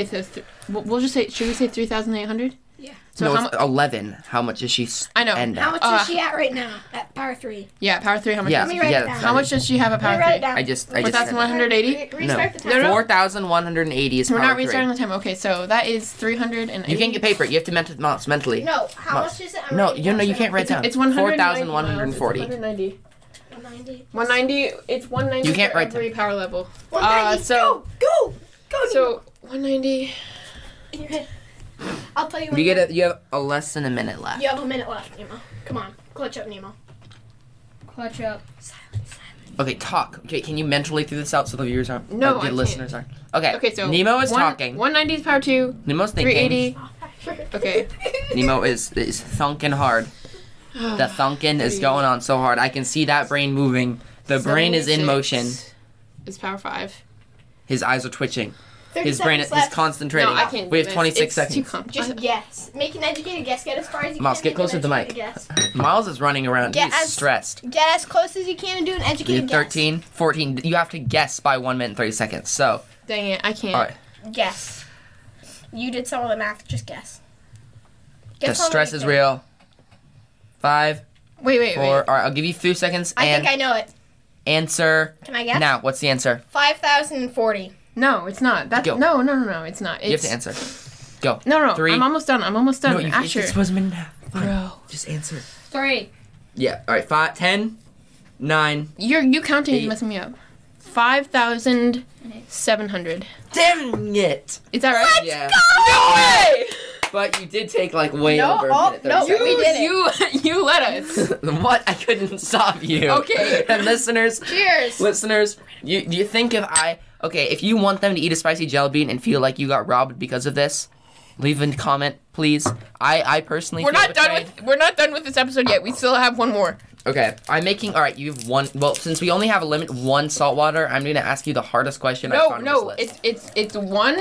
D: so th- we'll, we'll just say should we say three thousand eight hundred?
A: Yeah.
D: So
C: no,
D: how
C: it's
D: much?
C: 11. How much is she? s-
D: I know.
C: End
A: How much
C: at?
D: Uh,
A: is she at right now? At power three.
D: Yeah, power three. How much?
C: Yeah,
A: Let me write
C: yeah.
A: it down.
D: How much does she have a power
A: Let me write it
D: three?
A: down.
C: I just, I
D: Four
C: just.
D: thousand one
C: said
D: hundred eighty.
A: Re-
C: No.
A: Restart the time.
D: No, no.
C: Four thousand one hundred eighty is
D: We're
C: power
D: not restarting
C: three.
D: the time. Okay, so that is 380.
C: You can't get paper. You have to mental mouse mentally.
A: No, how
C: Must-
A: much is it? I'm
C: No,
A: writing
C: you
A: it
C: no, you
A: down.
C: can't write
D: It's,
C: down.
D: it's
C: 4,140.
D: 190.
A: 190.
D: 190. It's 190
C: You can't
D: for
C: write
D: every power level.
A: 190.
D: Uh, so-
A: go, go, go.
D: So 190.
A: Nemo. I'll tell you. When
C: You get a, you have a less than a minute left.
A: You have a minute left, Nemo. Come on, clutch up, Nemo.
B: Clutch up.
C: Okay, talk. Okay, can you mentally through this out so the viewers aren't? or
D: No, I
C: the
D: can't.
C: listeners aren't. Okay.
D: Okay, so
C: Nemo is
D: one-
C: talking.
D: 190 is power two.
C: Nemo's thinking.
D: 380. Okay.
C: Nemo is is thunking hard. The thunking is going on so hard. I can see that brain moving. The brain is in motion.
D: 76 Is power five.
C: His eyes are twitching.
A: 30
C: His brain is
A: seconds
C: he's
A: left.
C: concentrating.
D: No, I can't.
C: we have
D: do this.
C: 26
D: It's Too
C: seconds.
D: complex.
A: Just guess. Make an educated guess. Get as far as you
C: Miles,
A: can.
C: get
A: Make an
C: close to the mic.
A: educated Guess.
C: Miles is running around.
A: Yeah,
C: He's
A: as-
C: stressed.
A: Get as close as you can and do an
C: You
A: educated
C: have 13, 14. You have to guess by 1 minute and 30 seconds. So,
D: Dang it, I can't.
C: all right.
A: guess. Guess. You did some of the math. Just guess.
C: The
A: Guess how
C: stress
A: many
C: is
A: things.
C: real. Five,
D: Wait, wait,
C: four.
D: wait.
C: All right, I'll give you three seconds
A: I
C: and
A: think I know it.
C: answer
A: Can I guess?
C: now. What's the answer?
A: 5,040.
D: No, it's not. That
C: Go.
D: no, no, no, no, it's not. It's,
C: You have to answer. Go.
D: No, no,
C: Three.
D: I'm almost done. I'm almost done.
C: you,
D: Asher,
C: It, it was a minute and a half. Fine.
D: bro,
C: Just answer.
B: Three.
C: Yeah. All right. Five, ten, nine.
D: you're you counting is
C: Eight.
D: messing me up. Five thousand seven hundred.
C: Damn it!
D: Is that right?
C: Yeah.
D: No way!
C: But you did take like way
A: No,
C: over a
A: oh,
C: minute.
A: no,
C: 30
A: you- We did it.
D: you, you let us.
C: seconds. what? I couldn't stop you.
D: Okay.
C: And listeners,
A: Cheers.
C: listeners, you do you think if I okay, if you want them to eat a spicy jelly bean and feel like you got robbed because of this, leave a comment, please. I I personally
D: We're
C: feel
D: not done
C: betrayed.
D: with we're not done with this episode yet. We still have one more.
C: Okay, I'm making all right. You have one. Well, since we only have a limit one salt water, I'm gonna ask you the hardest question. I
D: No,
C: found
D: no,
C: on this list.
D: it's it's it's one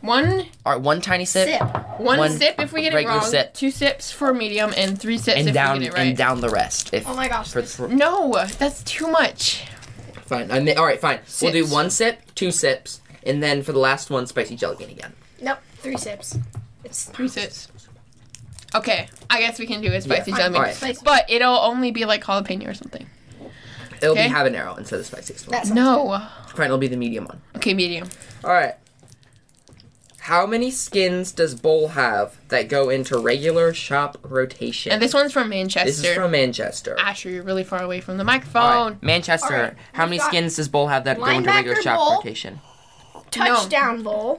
D: one
C: all right, one tiny sip,
A: Sip.
D: one
C: One
D: sip if we get it
C: regular
D: wrong,
C: sip.
D: two sips for medium, and three sips
C: and
D: if
C: down
D: we get it
C: and
D: right.
C: down the rest. If
A: Oh my gosh.
C: for,
A: this-
C: for-
D: No, that's too much.
C: fine, I ma- all right, fine. We'll do
D: Sips.
C: one sip, two sips, and then for the last one, spicy jelly bean again.
A: Nope. Three sips. It's
D: Three sips. Okay, I guess we can do a spicy
A: fine.
D: jelly bean,
C: Alright.
A: Spicy.
D: but it'll only be like jalapeno or something.
C: It'll
D: Okay.
C: be habanero instead of spicy.
A: That's
D: No.
C: Fine, it'll be the medium one.
D: Okay, medium.
C: All right. How many skins does Bowl have that go into regular shop rotation?
D: And this one's from Manchester.
C: This is from Manchester.
D: Asher, you're really far away from the
C: All
D: microphone.
C: right, Manchester.
A: All right,
C: How
A: we've
C: many
A: got
C: skins does Bowl have that go into regular
A: linebacker,
C: shop
A: Bowl.
C: rotation?
A: touchdown bowl.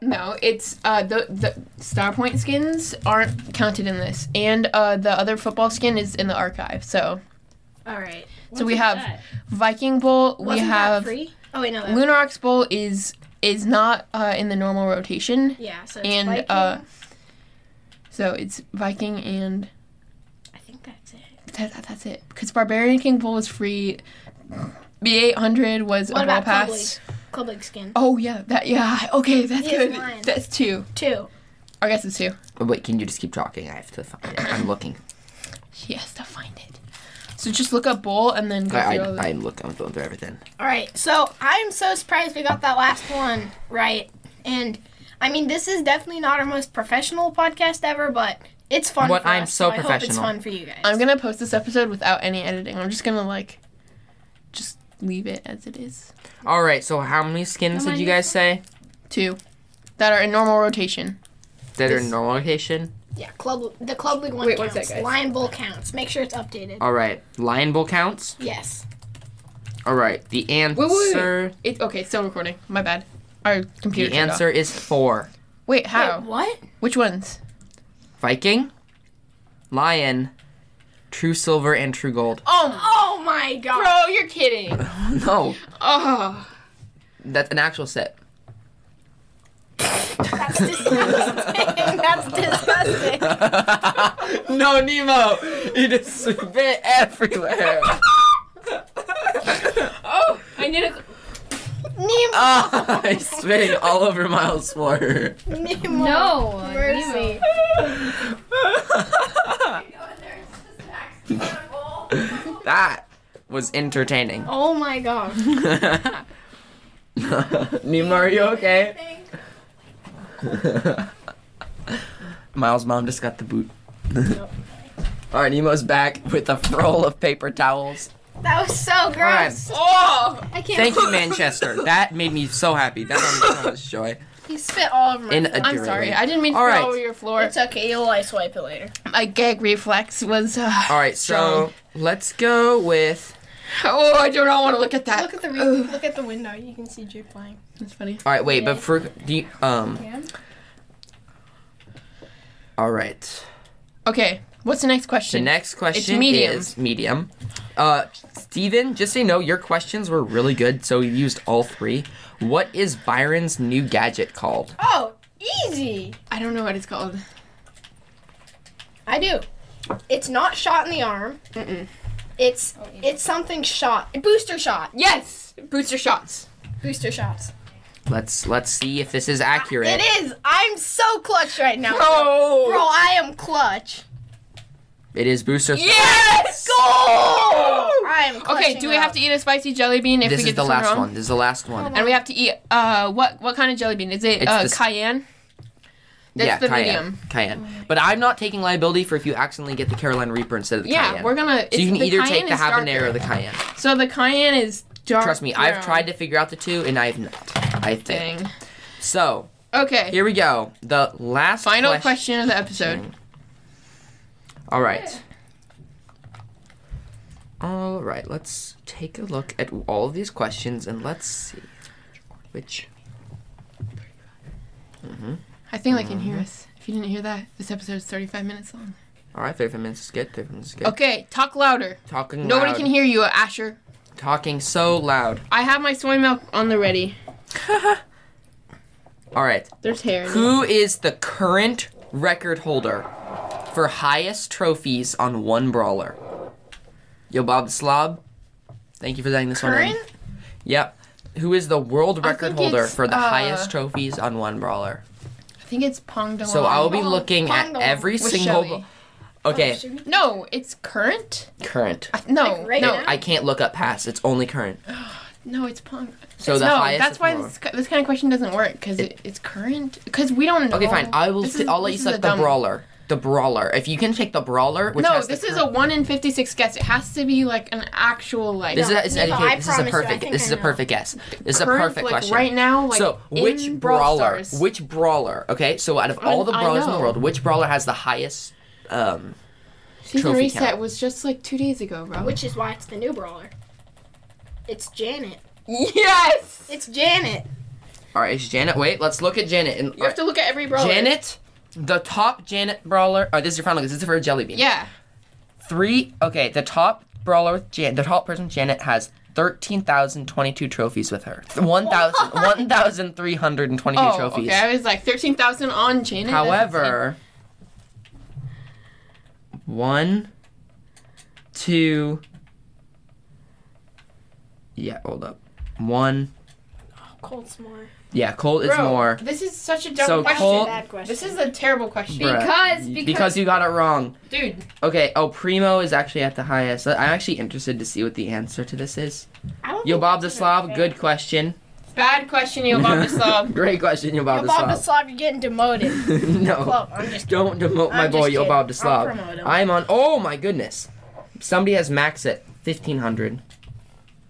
D: No, it's uh the the star point skins aren't counted in this, and uh the other football skin is in the archive. So
A: All right.
D: so we have Viking Bowl. we
A: Wasn't that
D: have
A: free? Oh wait, no. that-
D: Lunarox Bowl is is not uh in the normal rotation,
A: yeah. So it's
D: and
A: Viking.
D: uh so it's Viking and
A: I think that's it.
D: that, that- that's it because Barbarian King Bowl was free. B eight hundred was
A: What
D: a ball
A: about
D: pass.
A: Publix? Club League skin.
D: Oh yeah, that yeah. Okay, that's
A: He has
D: good.
A: mine.
D: That's two.
A: Two.
D: I guess it's two.
C: Oh, wait, can you just keep talking? I have to find it. I'm looking.
D: She has to find it. So just look up bowl and then go
C: I,
D: through all
C: I,
D: the
C: I'm looking. I'm going through everything.
A: All right. So I'm so surprised we got that last one right. And I mean, this is definitely not our most professional podcast ever, but it's fun.
C: What?
A: for
C: I'm
A: us,
C: so
A: I hope it's
C: professional.
A: fun for you guys.
D: I'm gonna post this episode without any editing. I'm just gonna like just leave it as it is.
C: All right. So how many skins did you guys say
D: Two. That are in normal rotation.
C: that are in
D: This-
C: normal location?
A: yeah, club. The club league one
D: Wait, one
A: counts.
D: sec, guys.
A: Lion Bowl counts. Make sure it's updated.
C: All right. Lion Bowl counts.
A: yes.
C: All right. The answer.
D: wait, wait. It okay, still recording. My bad. Our computer.
C: The
D: turned
C: answer
D: off.
C: is four.
D: Wait,
C: Oh.
D: how?
A: Wait, what?
D: Which ones?
C: Viking, lion, true silver, and true gold.
D: Oh
A: Oh my god.
D: bro, you're kidding.
C: No,
D: Oh
C: that's an actual set.
A: That's disgusting. That's disgusting.
C: no, Nemo, you just spit everywhere.
D: Oh I need a
A: Nemo.
C: Ah, I'm spitting all over Miles' floor.
A: Nemo.
B: No.
A: Mercy.
C: that was entertaining.
A: Oh my god.
C: Nemo, are you okay? Miles' mom just got the boot. All right, Nemo's back with a roll of paper towels.
A: That was so gross.
D: Oh
A: I can't.
C: Thank you, Manchester. That made me so happy. That made me so much joy.
A: He spit all over my.
C: In
A: floor.
C: a-
D: I'm
C: You're
D: sorry,
C: right.
D: I didn't mean to
C: All
D: fall
C: right.
D: over your floor.
A: it's okay. You'll ice wipe it later.
D: My gag reflex was uh,
C: All right, so let's go with.
D: Oh, I do not want to look at that.
A: Look at the re-
D: Ugh,
A: look at the window. You can see Jake flying.
D: That's funny.
C: All right, wait, but for do you, um. All right.
D: Okay, what's the next
C: The
D: question?
C: next question
D: medium.
C: is medium. Uh, Steven, just so you know, your questions were really good, so we used all three. What is Byron's new gadget called?
A: Oh, easy.
D: I don't know what it's called.
A: I do. It's not shot in the arm.
D: Mm-mm.
A: It's it's something shot. Booster shot.
D: Yes, booster shots.
A: Booster shots.
C: Let's let's see if this is accurate.
A: It is. I'm so clutch right now.
D: Oh,
A: Bro, I am clutch.
C: It is booster.
D: yes,
A: Oh, I am. Clutching
D: Okay, do we have to eat a spicy jelly bean if
C: This
D: we get
C: is the
D: this
C: last
D: wrong?
C: one. This is the last one.
D: And we have to eat uh, what what kind of jelly bean is it?
C: It's
D: uh,
C: this-
D: cayenne. That's
C: yeah,
D: the
C: cayenne.
D: medium.
C: Cayenne. But I'm not taking liability for if you accidentally get the Carolina Reaper instead of the
D: Yeah,
C: cayenne.
D: we're gonna.
C: So you
D: it's-
C: can
D: the
C: either
D: cayenne
C: take the
D: is
C: habanero
D: darker.
C: or the cayenne.
D: So the cayenne is dark.
C: Trust me, I've tried to figure out the two, and I have not. I think.
D: Dang.
C: So
D: Okay.
C: here we go. The last
D: Final question of the episode.
C: All right. All right. Let's take a look at all of these questions, and let's see which. Mm-hmm.
D: I think they can hear us. If you didn't hear that, this episode is 35 minutes long.
C: All right, 35 minutes is good. 35 minutes is good.
D: Okay, talk louder.
C: Talking
D: Nobody
C: loud.
D: can hear you, Asher.
C: Talking so loud.
D: I have my soy milk on the ready.
C: All right.
D: There's hair. in it.
C: Who is the current record holder for highest trophies on one brawler? Yo, Bob the Slob. Thank you for letting this one in.
A: Current?
C: Yep. Who is the world
D: I
C: record
D: think
C: holder
D: it's,
C: for the
D: uh,
C: highest trophies on one brawler?
D: I think it's Pong Dong.
C: So I will be
A: Pong-
C: looking at
A: Pong
C: every
D: with Oh,
C: single.
D: Shelly.
C: Okay,
D: No, it's current.
C: current.
D: I, no,
A: Like right
D: no,
A: now?
C: I can't look up past. It's only current.
D: no, it's Pong.
C: So the
D: no,
C: highest.
D: that's
C: is
D: why
C: brawler.
D: this, ki- this kind of question doesn't work because it, it's current. Because we don't know.
C: Okay, fine. I will.
D: Oh, This
C: si
D: is-
C: I'll let you
D: this is a
C: select the
D: dumb-
C: brawler. The brawler. If you can pick the brawler, which
D: no,
C: has the
D: this is a
C: current-
D: one in fifty six guess. It has to be like an actual like.
C: This is,
A: No,
C: this is
A: no, I
C: educated.
A: promise
C: This is a
A: you, I
C: perfect.
A: think
C: This
A: I
C: is a
A: know.
C: perfect guess. This is a
D: current,
C: perfect
D: like,
C: question.
D: Right now, like
C: so,
D: in
C: which
D: Brawl
C: brawler?
D: Stars.
C: Which brawler? Okay, so out of all the
D: I
C: brawlers in the
D: know.
C: world, which brawler has the highest? Um,
D: season
C: trophy
D: reset
C: count?
D: was just like two days ago, bro?
A: Which is why it's the new brawler. It's Janet.
D: yes,
A: It's Janet.
C: all right, it's Janet. Wait, let's look at Janet. And,
D: you have to look at every brawler.
C: Janet, the top Janet brawler. Oh, this is your final. guess. This is for Jelly Bean.
D: Yeah.
C: Three. Okay, the top brawler with Jan- the top person Janet has. 13,022 trophies with her. 1,000 1,322
D: Oh,
C: trophies.
D: okay. I was like thirteen thousand on Janet. that's insane.
C: However, one, two, yeah, hold up. One,
A: Colt's more.
C: yeah, Colt is
D: Bro,
C: more.
D: This is such a dumb
C: So
D: question.
C: Colt-
A: Bad question.
D: This is a terrible question,
C: Bruh.
B: Because,
C: Y-
B: because,
C: you got it wrong.
D: dude.
C: Okay, oh, Primo is actually at the highest. I'm actually interested to see what the answer to this is.
A: I don't
C: Yo,
A: think
C: Bob the
A: that's
C: Slav,
A: even
C: good
A: fair.
C: question.
D: Bad question, you about this sub.
C: Great question, Yo, Bob
A: Yo,
C: the
A: Bob the
C: Slav.
A: Slav, you're getting demoted.
C: no.
A: Well, I'm just
C: Don't demote my
A: I'm
C: boy,
A: just
C: Yo,
A: kidding.
C: Bob the
A: I'll
C: Slav.
A: promote him.
C: I'm on. Oh my goodness! Somebody has max at fifteen hundred.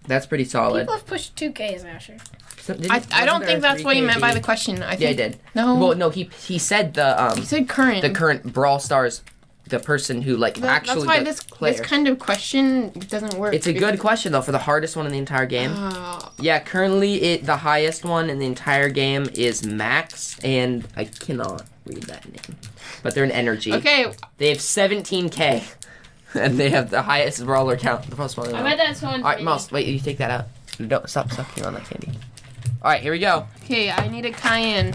C: That's pretty solid.
A: People have pushed 2Ks, Asher.
C: So- didn't-
D: I, I
C: wasn't
D: don't
C: there a
D: think that's what you
C: 3K
D: meant by
C: dude?
D: the question. I think
C: Yeah, I did.
D: No.
C: Well, no, he he said the
D: you
C: um
D: said current.
C: the current Brawl Stars, the person who like
D: That-
C: actually
D: that's why
C: the
D: this
C: player.
D: this kind of question doesn't work.
C: it's a good question though for the hardest one in the entire game.
D: Uh,
C: yeah, currently it the highest one in the entire game is Max, and I cannot read that name, but they're an energy.
D: okay,
C: They have 17k, and they have the highest brawler count. The most brawler.
B: I bet that's one.
C: All right, Mouse. Wait, you take that out. Don't stop sucking on that candy. All right, here we go.
D: okay. I need a cayenne.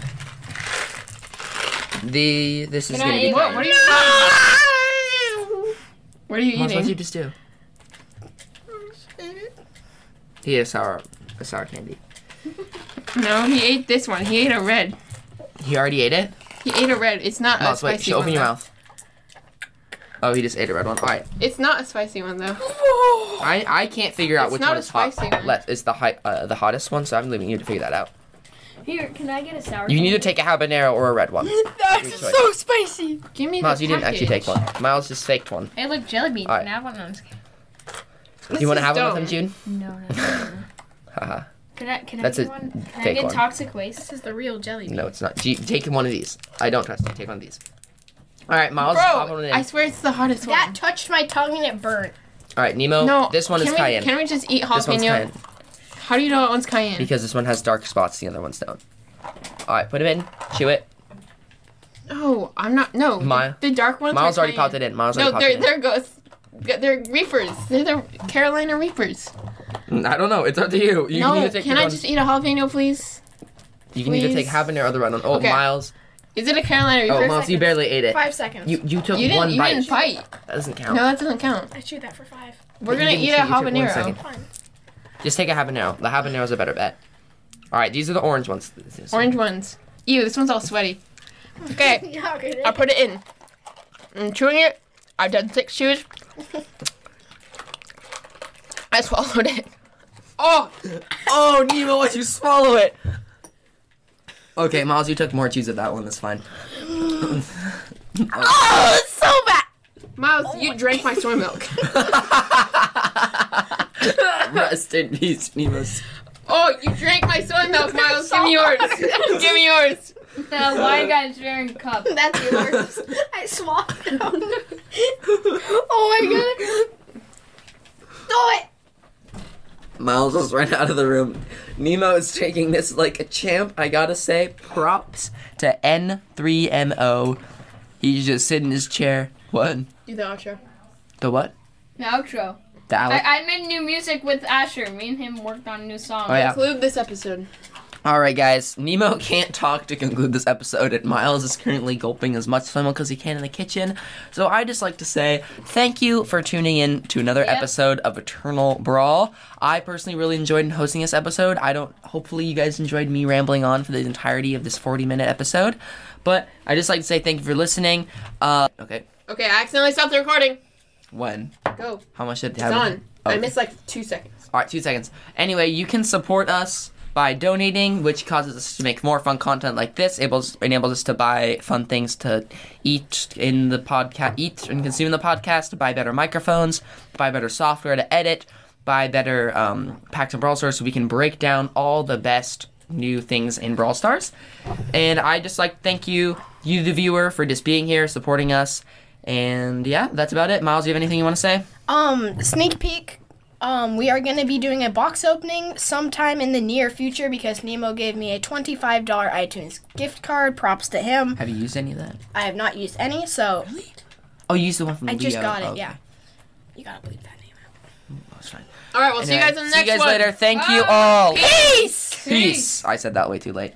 C: The this is
B: Can I
C: gonna be.
B: eat
D: What?
B: one?
D: What are you? What are you
C: Mouse,
D: eating?
C: what'd you just do? He ate a sour, a sour candy.
D: No, he ate this one. He ate a red.
C: He already ate it.
D: He ate a red. It's not a
C: Mouse,
D: Uh, spicy
C: wait. She
D: one.
C: open your
D: though.
C: mouth. Oh, he just ate a red one. All right.
D: It's not a spicy one though.
C: I I can't figure out
D: It's
C: which
D: not
C: one
D: a
C: is hot.
D: spicy one.
C: Let- It's the high, uh, the hottest one, so I'm leaving you to figure that out.
B: Here, can I get a sour?
C: You need to take a habanero or a red one.
A: That's
C: choice.
A: so spicy.
D: Give me
C: Miles,
D: the
C: you didn't actually take
D: package.
C: one. Miles just faked one.
B: Hey, look, jelly beans.
C: All right.
B: Can I have one? No, I'm just
D: This
C: you want to have
D: is
C: one
D: dumb.
C: with him, June?
B: kidding. No, no, no. no.
C: Haha.
B: Can I? Can
C: That's
B: I get
C: a
B: one? Can I
C: fake
B: get
C: one.
B: toxic waste?
A: This is the real jelly bean.
C: no, it's not. G- take one of these. I don't trust you. Take one of these. All right, Miles. pop one
D: Bro,
C: in.
D: I swear it's the hottest
A: That
D: one.
A: touched my tongue and it burnt.
C: All right, Nemo.
D: no,
C: this one is
D: can we,
C: cayenne.
D: Can we just eat
C: this one's
D: jalapeno?
C: cayenne
D: How do you know that one's cayenne?
C: because this one has dark spots. The other ones don't. All right, put him in. Chew it.
D: Oh, I'm not. No,
C: Mi-
D: the, the dark ones.
C: Miles
D: are
C: already popped
D: cayenne.
C: it in. Miles
D: No, they're
C: already popped
D: they're ghosts. They're reapers. They're the Carolina reapers.
C: it in. I don't know. It's up to you. You
D: no,
C: need to take
D: can
C: your
D: I
C: own-
D: just eat a jalapeno, please?
C: You need to take
D: please?
C: habanero or the red one. Oh,
D: Okay.
C: Miles.
D: Is it a Carolina
C: Oh,
D: reaper?
C: Miles, you
A: seconds.
C: barely ate it.
A: Five seconds.
C: You you took
D: you didn't.
C: one
D: you
C: bite.
D: didn't fight.
C: That doesn't count.
D: No, that doesn't count.
A: I chewed that for five.
D: We're
C: You
D: gonna
C: didn't
D: eat a
C: chew- you took one
D: habanero.
C: second.
A: Fine.
C: Just take a habanero. The habanero's a better bet. All right, these are the orange ones. This is-
D: Orange ones. Ew, this one's all sweaty. Okay,
A: Yeah, okay.
D: I put it in. I'm chewing it. I've done six chews. I swallowed it. Oh,
C: Oh, Nemo, why'd you swallow it? Okay, Miles, you took more cheese of that one. That's fine.
D: oh, it's so bad. Miles, you drank my soy milk.
C: Rest in peace, Nemo.
D: Oh, you drank my soy milk, Miles. Give me yours. Give me yours.
B: The wine guy's wearing cup.
A: That's yours. I swallowed it. oh my god. Do it.
C: Miles just ran out of the room. Nemo is taking this like a champ. I gotta say, props to N3MO He's just sitting in his chair. What?
D: Do the outro.
C: The what?
B: The outro.
C: The Alec.
B: I, I made new music with Asher. Me and him worked on a new song.
C: Oh, yeah.
D: Conclude this episode.
C: All right, guys. Nemo can't talk to conclude this episode, and Miles is currently gulping as much phlegm as he can in the kitchen. So I just like to say thank you for tuning in to another
B: Yeah.
C: episode of Eternal Brawl. I personally really enjoyed hosting this episode. I don't. Hopefully, you guys enjoyed me rambling on for the entirety of this forty-minute episode. But I just like to say thank you for listening. Uh, okay.
D: Okay, I accidentally stopped the recording.
C: When?
D: Go.
C: How much did they have?
D: It's
C: Oh.
D: on. I oh.
C: Okay.
D: missed like two seconds.
C: All right, two seconds. Anyway, you can support us by donating, which causes us to make more fun content like this. Enables enables us to buy fun things to eat in the podcast, eat and consume in the podcast, to buy better microphones, buy better software to edit, buy better um, packs and brawl stars, so we can break down all the best new things in Brawl Stars. And I just like to thank you, you the viewer, for just being here, supporting us. And yeah, that's about it. Miles, you have anything you want to say?
A: Um, sneak peek. Um, we are going to be doing a box opening sometime in the near future because Nemo gave me a $25 iTunes gift card. Props to him.
C: Have you used any of that?
A: I have not used any, so
C: Oh, you used the one from
A: I
C: Leo.
A: just got it.
C: Oh, okay.
A: Yeah. You gotta bleep that name.
C: That's fine.
D: All right, we'll see you
C: Anyway,
D: guys in the next
C: See you guys
D: one.
C: later. Thank you
B: Bye.
C: all.
D: Peace.
C: Peace. I said that way too late.